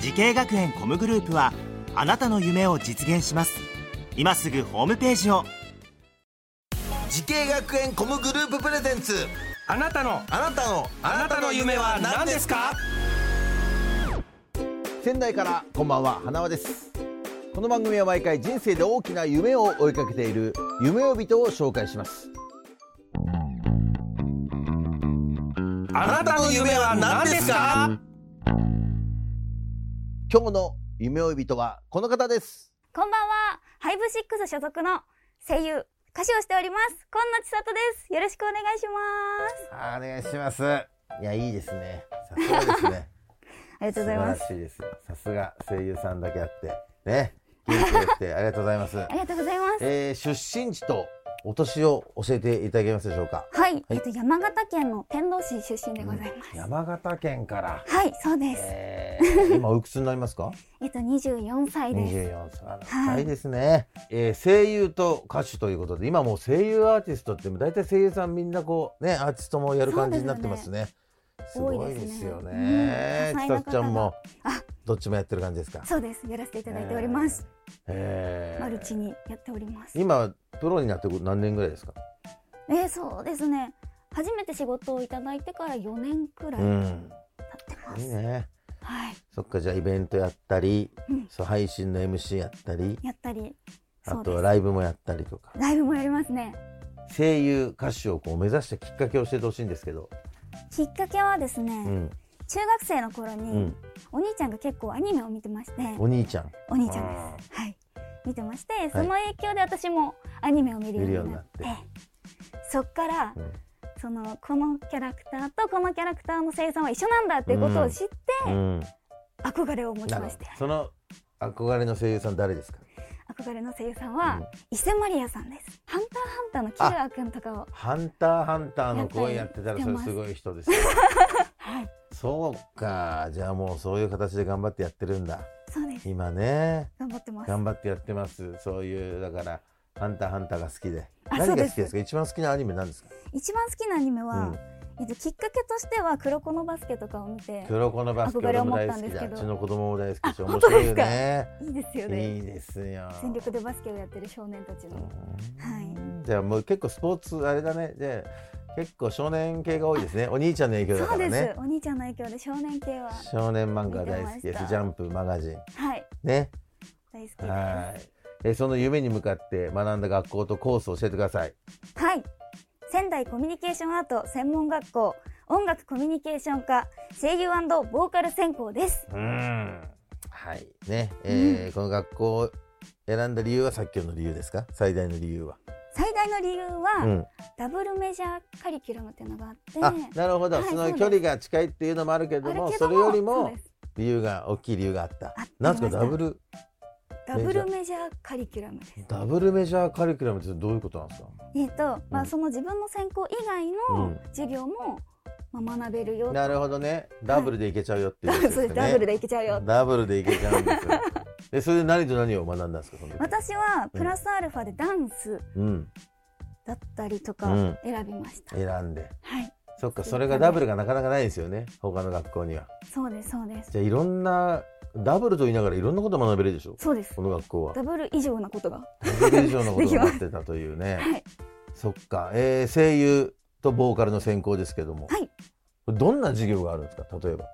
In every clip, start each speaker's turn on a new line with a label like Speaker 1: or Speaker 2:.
Speaker 1: 時系学園コムグループはあなたの夢を実現します今すぐホームページを
Speaker 2: 時系学園コムグループプレゼンツ
Speaker 3: あなたの
Speaker 2: あなたの
Speaker 3: あなたの夢は何ですか
Speaker 2: 仙台からこんばんは花輪ですこの番組は毎回人生で大きな夢を追いかけている夢を人を紹介します
Speaker 3: あなたの夢は何ですか
Speaker 2: 今日の夢追い人はこの方です
Speaker 4: こんばんは。ハイブシックス所属の声優、歌手をしております。今野千里です。よろしくお願いします。
Speaker 2: お願いしますいやいいですねさす がですね
Speaker 4: ありがとうございます。
Speaker 2: 素晴らしいですさすが声優さんだけあってね元気がってありがとうございます
Speaker 4: ありがとうございます。
Speaker 2: えー、出身地とお年を教えていただけますでしょうか
Speaker 4: はい、えっと、山形県の天童市出身でございます。
Speaker 2: 山形県から、
Speaker 4: はい、そうです。
Speaker 2: え ー、今おいくつになりますか
Speaker 4: えっと、24歳
Speaker 2: 二
Speaker 4: です。
Speaker 2: 十四歳、
Speaker 4: はい
Speaker 2: 若いですね、えー声優と歌手ということで、今もう声優アーティストって、大体声優さんみんなこうね、アーティストもやる感じになってますね。す
Speaker 4: そう
Speaker 2: ごい
Speaker 4: ですよね
Speaker 2: ですよ
Speaker 4: 多い
Speaker 2: ね
Speaker 4: ですねうん。
Speaker 2: ち
Speaker 4: 多彩な
Speaker 2: さ
Speaker 4: 方
Speaker 2: ちゃんも
Speaker 4: あ、
Speaker 2: どっちもやってる感じですか。
Speaker 4: そうです。やらせていただいております。
Speaker 2: えー。
Speaker 4: マルチにやっております。え
Speaker 2: 今プロになって何年ぐらいですか。
Speaker 4: ー、そうですね。初めて仕事をいただいてから4年くらい経
Speaker 2: ん。
Speaker 4: ってま
Speaker 2: いい
Speaker 4: す。
Speaker 2: ね。
Speaker 4: はい。
Speaker 2: そっかじゃあイベントやったり、
Speaker 4: うん
Speaker 2: そう配信の MC やったり、
Speaker 4: やったり。
Speaker 2: あ
Speaker 4: そうで
Speaker 2: と
Speaker 4: す。
Speaker 2: ライブもやったりとか。
Speaker 4: ライブもやりますね。
Speaker 2: 声優歌手をこう目指したきっかけを教えてほしいんですけど。
Speaker 4: きっかけはですね、
Speaker 2: うん。
Speaker 4: 中学生の頃に、
Speaker 2: うん。
Speaker 4: お兄ちゃんが結構アニメを見てまして
Speaker 2: お兄ちゃん。
Speaker 4: お兄ちゃんですはい見てましてその影響で私もアニメを見る
Speaker 2: 見るよ
Speaker 4: よ
Speaker 2: う
Speaker 4: う
Speaker 2: に
Speaker 4: に
Speaker 2: な
Speaker 4: な
Speaker 2: っ
Speaker 4: っててそっから、
Speaker 2: うん
Speaker 4: そのこのキャラクターとこのキャラクターの生産は一緒なんだっていうことを知って、
Speaker 2: うん、
Speaker 4: 憧れを持ち
Speaker 2: なる
Speaker 4: ま
Speaker 2: ほど
Speaker 4: して
Speaker 2: その憧れの声優さん誰ですか
Speaker 4: 憧れの声優さんは、
Speaker 2: うん
Speaker 4: 伊勢マリアさんですハンターハンターのキラー君とかを
Speaker 2: ハンターハンターの声やってたらそれすごい人ですよ
Speaker 4: はい
Speaker 2: そうかじゃあもうそういう形で頑張ってやってるんだ
Speaker 4: そうです
Speaker 2: 今ね
Speaker 4: 頑張ってます
Speaker 2: 頑張ってやってますそういうだからハンターハンターが好きで
Speaker 4: あ
Speaker 2: 何が好きですか
Speaker 4: そうです
Speaker 2: 一番好きなアニメなんですか
Speaker 4: 一番好きなアニメは、
Speaker 2: うん
Speaker 4: えっと、きっかけとしては「黒子のバスケ」とかを見て
Speaker 2: 黒子のバスケ
Speaker 4: 憧れ
Speaker 2: 俺
Speaker 4: を
Speaker 2: も
Speaker 4: 持っ
Speaker 2: 大
Speaker 4: た
Speaker 2: 好き
Speaker 4: んです
Speaker 2: だ
Speaker 4: け
Speaker 2: う
Speaker 4: ど
Speaker 2: ちの子供も大好きで面白い
Speaker 4: あ
Speaker 2: よ
Speaker 4: 本当
Speaker 2: ね
Speaker 4: いいですよね
Speaker 2: いいですよ
Speaker 4: 全力でバスケをやってる少年たちの、
Speaker 2: はい、じゃあもう結構スポーツあれだねで結構少年系が多いですねお兄ちゃんの影響だ
Speaker 4: そ
Speaker 2: か
Speaker 4: う
Speaker 2: ら
Speaker 4: です、
Speaker 2: ね
Speaker 4: お兄ちゃんの影響で少年系は
Speaker 2: 少年漫画大好きで
Speaker 4: 見てまし
Speaker 2: す
Speaker 4: た
Speaker 2: ジャンプマガジン
Speaker 4: はい
Speaker 2: ね
Speaker 4: 大好きですは
Speaker 2: はいえその夢に向かって学んだ学校とコースを教えてください
Speaker 4: い、仙台コミュニケーションアート専門学校音楽コミュニケーション科声優ボーカル専攻です
Speaker 2: うんはいね、えーこの学校を選んだ理由はさっきの理由ですか最大の理由は、
Speaker 4: 最大の理由は、
Speaker 2: うん、
Speaker 4: ダブルメジャーカリキュラムっていうのがあって
Speaker 2: あなるほど、
Speaker 4: はい
Speaker 2: そ
Speaker 4: そう
Speaker 2: の
Speaker 4: です
Speaker 2: 距離が近いっていうのもあるけれ
Speaker 4: あ
Speaker 2: ど
Speaker 4: る
Speaker 2: も
Speaker 4: け
Speaker 2: それより
Speaker 4: そう
Speaker 2: も
Speaker 4: です
Speaker 2: 理由が大きい理由があった
Speaker 4: あって
Speaker 2: なんです
Speaker 4: まし
Speaker 2: か
Speaker 4: た
Speaker 2: ダブル
Speaker 4: ダブルメジャーカリキュラムです
Speaker 2: ダブルメジャーカリキュラムってどういうことなんですか。
Speaker 4: えっ、と、ま
Speaker 2: うん
Speaker 4: あその自分の専攻以外
Speaker 2: う
Speaker 4: の
Speaker 2: ん
Speaker 4: 授業も、まあ、学べるよ
Speaker 2: なるほどね、ダブルでいけちゃうよっていう、ね。
Speaker 4: そうですダブルでいけちゃうよ
Speaker 2: ダブルでいけちゃうんですよ。 え、それで何と何を学んだんですか。その時
Speaker 4: 私はプラスアルファでダンス
Speaker 2: うん、
Speaker 4: だったりと
Speaker 2: う
Speaker 4: か
Speaker 2: ん
Speaker 4: 選びました、
Speaker 2: 選んで。
Speaker 4: はい
Speaker 2: そっか、それがダブルがなかなかないですよね。他の学校には。
Speaker 4: そうですそうです
Speaker 2: じゃあ、いろんなダブルと言いながら、いろんなこと学べるでしょ
Speaker 4: そうです
Speaker 2: この学校は。
Speaker 4: ダブル以上なことが
Speaker 2: ダブル以上のこと
Speaker 4: で
Speaker 2: を
Speaker 4: きま
Speaker 2: や
Speaker 4: す
Speaker 2: ってたというね。
Speaker 4: はい
Speaker 2: そっか、えー、声優とボーカルの専攻ですけども。
Speaker 4: はい
Speaker 2: これどんな授業があるんですか。例えば。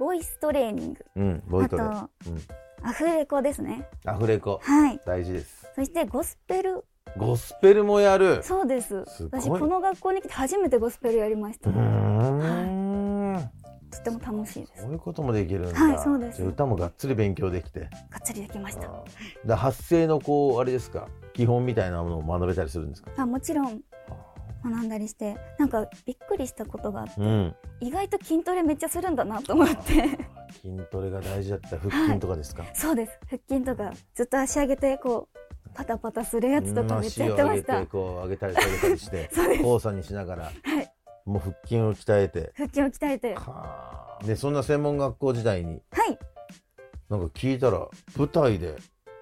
Speaker 4: ボイストレーニング
Speaker 2: うん、ボイ
Speaker 4: あ
Speaker 2: ト
Speaker 4: と、
Speaker 2: レ。
Speaker 4: アフレコですね
Speaker 2: アフレコ。
Speaker 4: はい
Speaker 2: 大事です。
Speaker 4: そしてゴスペル
Speaker 2: ゴスペルもやる。
Speaker 4: そうです
Speaker 2: すごい
Speaker 4: 私この学校に来て初めてゴスペルやりました、
Speaker 2: うーん。
Speaker 4: とても楽しいです
Speaker 2: そういうこともできるんだ。
Speaker 4: はいそうです
Speaker 2: じゃあ歌もがっつり勉強できて。
Speaker 4: がっつりできました
Speaker 2: あーだ発声のこうあれですか。基本みたいなものを学べたりするんですか。
Speaker 4: あもちろん学んだりしてなんかびっくりしたことがあって、
Speaker 2: うん。
Speaker 4: 意外と筋トレめっちゃするんだなと思って
Speaker 2: 筋筋トレが大事だった腹筋とかですか、
Speaker 4: そうです腹筋とかずっと足上げてこうパタパタするやつとかめっちゃや
Speaker 2: を
Speaker 4: って
Speaker 2: 上
Speaker 4: ま
Speaker 2: げ
Speaker 4: してた
Speaker 2: こう上げたり下げたりして
Speaker 4: そうです
Speaker 2: 交差にしながら
Speaker 4: はい
Speaker 2: もう腹筋を鍛えて
Speaker 4: 腹筋を鍛えては
Speaker 2: はあでそんな専門学校時代に
Speaker 4: い
Speaker 2: なんか聞いたら舞台で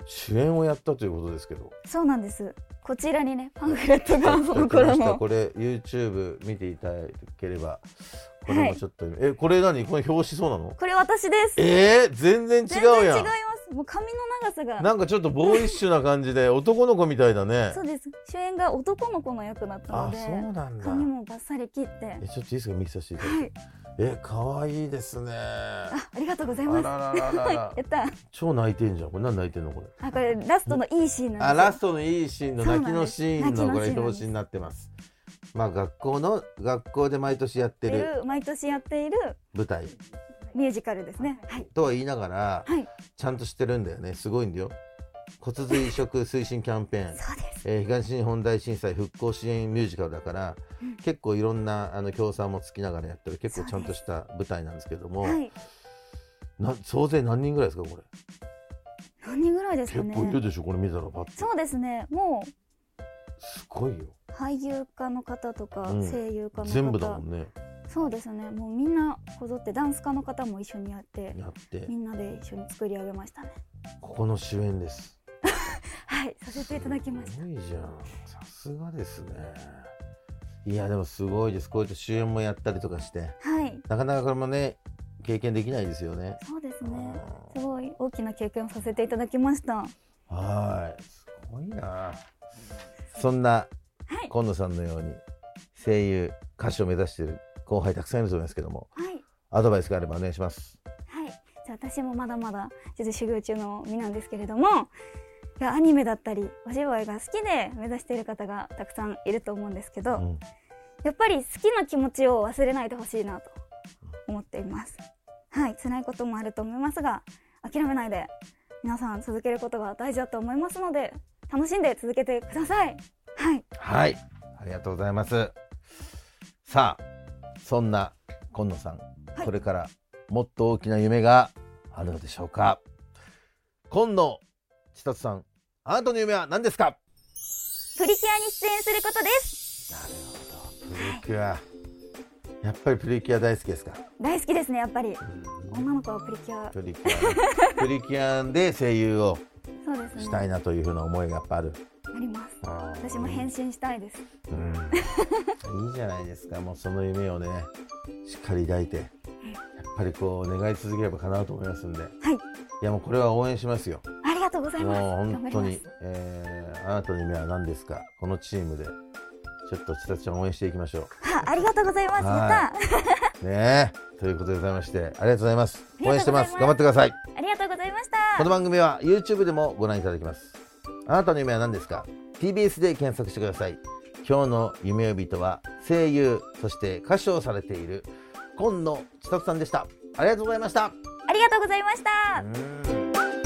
Speaker 2: 主演をやったということですけど
Speaker 4: そうなんですこちらにねパンフレッ トがそ
Speaker 2: ちょっ
Speaker 4: の頃
Speaker 2: と来ました
Speaker 4: の
Speaker 2: これ YouTube 見ていただければこれもちょっと、えこれ何この表紙そうなの
Speaker 4: これ私です
Speaker 2: えー、全然
Speaker 4: 全
Speaker 2: 違
Speaker 4: 然
Speaker 2: う
Speaker 4: 違い
Speaker 2: や
Speaker 4: ま
Speaker 2: ん
Speaker 4: すもう髪の長さが
Speaker 2: なんかちょっとボーイッシュな感じ で男の子みたいだね
Speaker 4: そうです主演が男の子の役だった
Speaker 2: あ
Speaker 4: ので
Speaker 2: そうなんだ
Speaker 4: 髪もバッサリ切っては
Speaker 2: えちょっといいですか見させていただいて、
Speaker 4: い
Speaker 2: え可愛いですね
Speaker 4: あありがとうござい
Speaker 2: あ
Speaker 4: ま
Speaker 2: ら
Speaker 4: す
Speaker 2: らららら
Speaker 4: やった
Speaker 2: 超泣いてんじゃんこれ何泣いてんのこれ
Speaker 4: あこれラストのいいシーン
Speaker 2: あ
Speaker 4: なんで
Speaker 2: ラ
Speaker 4: す
Speaker 2: ストのいいシーンの
Speaker 4: そう
Speaker 2: 泣
Speaker 4: な
Speaker 2: き
Speaker 4: ん
Speaker 2: の
Speaker 4: です
Speaker 2: シーンのこれ
Speaker 4: 泣きのシーンなんです
Speaker 2: 表紙になってますまあ学校の学校で毎年やって
Speaker 4: やっ
Speaker 2: る
Speaker 4: てる毎年やっている
Speaker 2: 舞台
Speaker 4: ミュージカルですねはい
Speaker 2: とは言いながら、
Speaker 4: はい
Speaker 2: ちゃんとしてるんだよねすごいんだよ骨髄移植推進キャンペーン、
Speaker 4: そうです
Speaker 2: えー東日本大震災復興支援ミュージカルだから、結構いろんなあの協賛もつきながらやってる結構ちゃんとした舞台なんですけども、
Speaker 4: はい
Speaker 2: な総勢何人ぐらいですかこれ
Speaker 4: 何人ぐらいですか
Speaker 2: 結
Speaker 4: ね
Speaker 2: 構いるでしょこれ見たらパッと
Speaker 4: そうですねもう
Speaker 2: すごいよ
Speaker 4: 俳優家の方とか
Speaker 2: うん
Speaker 4: 声優家の方、
Speaker 2: 全部だもんね
Speaker 4: そうですねもうみんなこぞってダンス家の方も一緒にやって
Speaker 2: やって
Speaker 4: みんなで一緒に作り上げましたね
Speaker 2: ここの主演です
Speaker 4: はいさせていただきまし
Speaker 2: すごいじゃんさすがですねいやでもすごいですこうやって主演もやったりとかして
Speaker 4: たはい
Speaker 2: なかなかこれもね経験できないですよね
Speaker 4: そうですねすごい大きな経験をさせていただきました
Speaker 2: はいすごいなそんな今野さんのように声優歌手を目指している後輩たくさんいると思いますけども
Speaker 4: はい
Speaker 2: アドバイスがあればお願いします
Speaker 4: はい、じゃあ私もまだまだちょっと修行中の身なんですけれどもいやアニメだったりお芝居が好きで目指している方がたくさんいると思うんですけど、
Speaker 2: うん
Speaker 4: やっぱり好きな気持ちを忘れないでほしいなと思っていますはい辛いこともあると思いますが諦めないで皆さん続けることが大事だと思いますので楽しんで続けてくださいはい
Speaker 2: はいありがとうございますさあそんな今野さん、
Speaker 4: い
Speaker 2: これからもっと大きな夢があるのでしょうか今野千里さんあなたの夢は何ですか
Speaker 4: プリキュアに出演することです
Speaker 2: なるほどプリキュアやっぱりプリキュア大好きですか
Speaker 4: 大好きですねやっぱり女の子はプリキュア
Speaker 2: プリキュアねプリキュアで声優を
Speaker 4: そうですね
Speaker 2: したいなというふうな思いがやっぱある
Speaker 4: あります
Speaker 2: あー
Speaker 4: 私も変身したいです
Speaker 2: うんいいじゃないですかもうその夢をねしっかり抱いてやっぱりこう願い続ければ叶うと思いますんで
Speaker 4: はい
Speaker 2: いやもうこれは応援しますよ
Speaker 4: ありがとうござい
Speaker 2: もう
Speaker 4: ます
Speaker 2: 本当
Speaker 4: 頑張
Speaker 2: に
Speaker 4: りま、
Speaker 2: えーあなたの夢は何ですかこのチームでちょっと千里ちゃんを応援していきましょ
Speaker 4: すはありがとうございます
Speaker 2: はい
Speaker 4: やった
Speaker 2: うねえということでございましてありがとうございます
Speaker 4: ありがとうございます
Speaker 2: 応援してます頑張ってください
Speaker 4: ありがとうございまし
Speaker 2: こ
Speaker 4: た
Speaker 2: の番組は YouTube でもご覧いただけますあなたの夢は何ですか TBS で検索してください今日の夢呼人は声優そして歌手をされている今野千里さんでしたありがとうございました
Speaker 4: ありがとうございました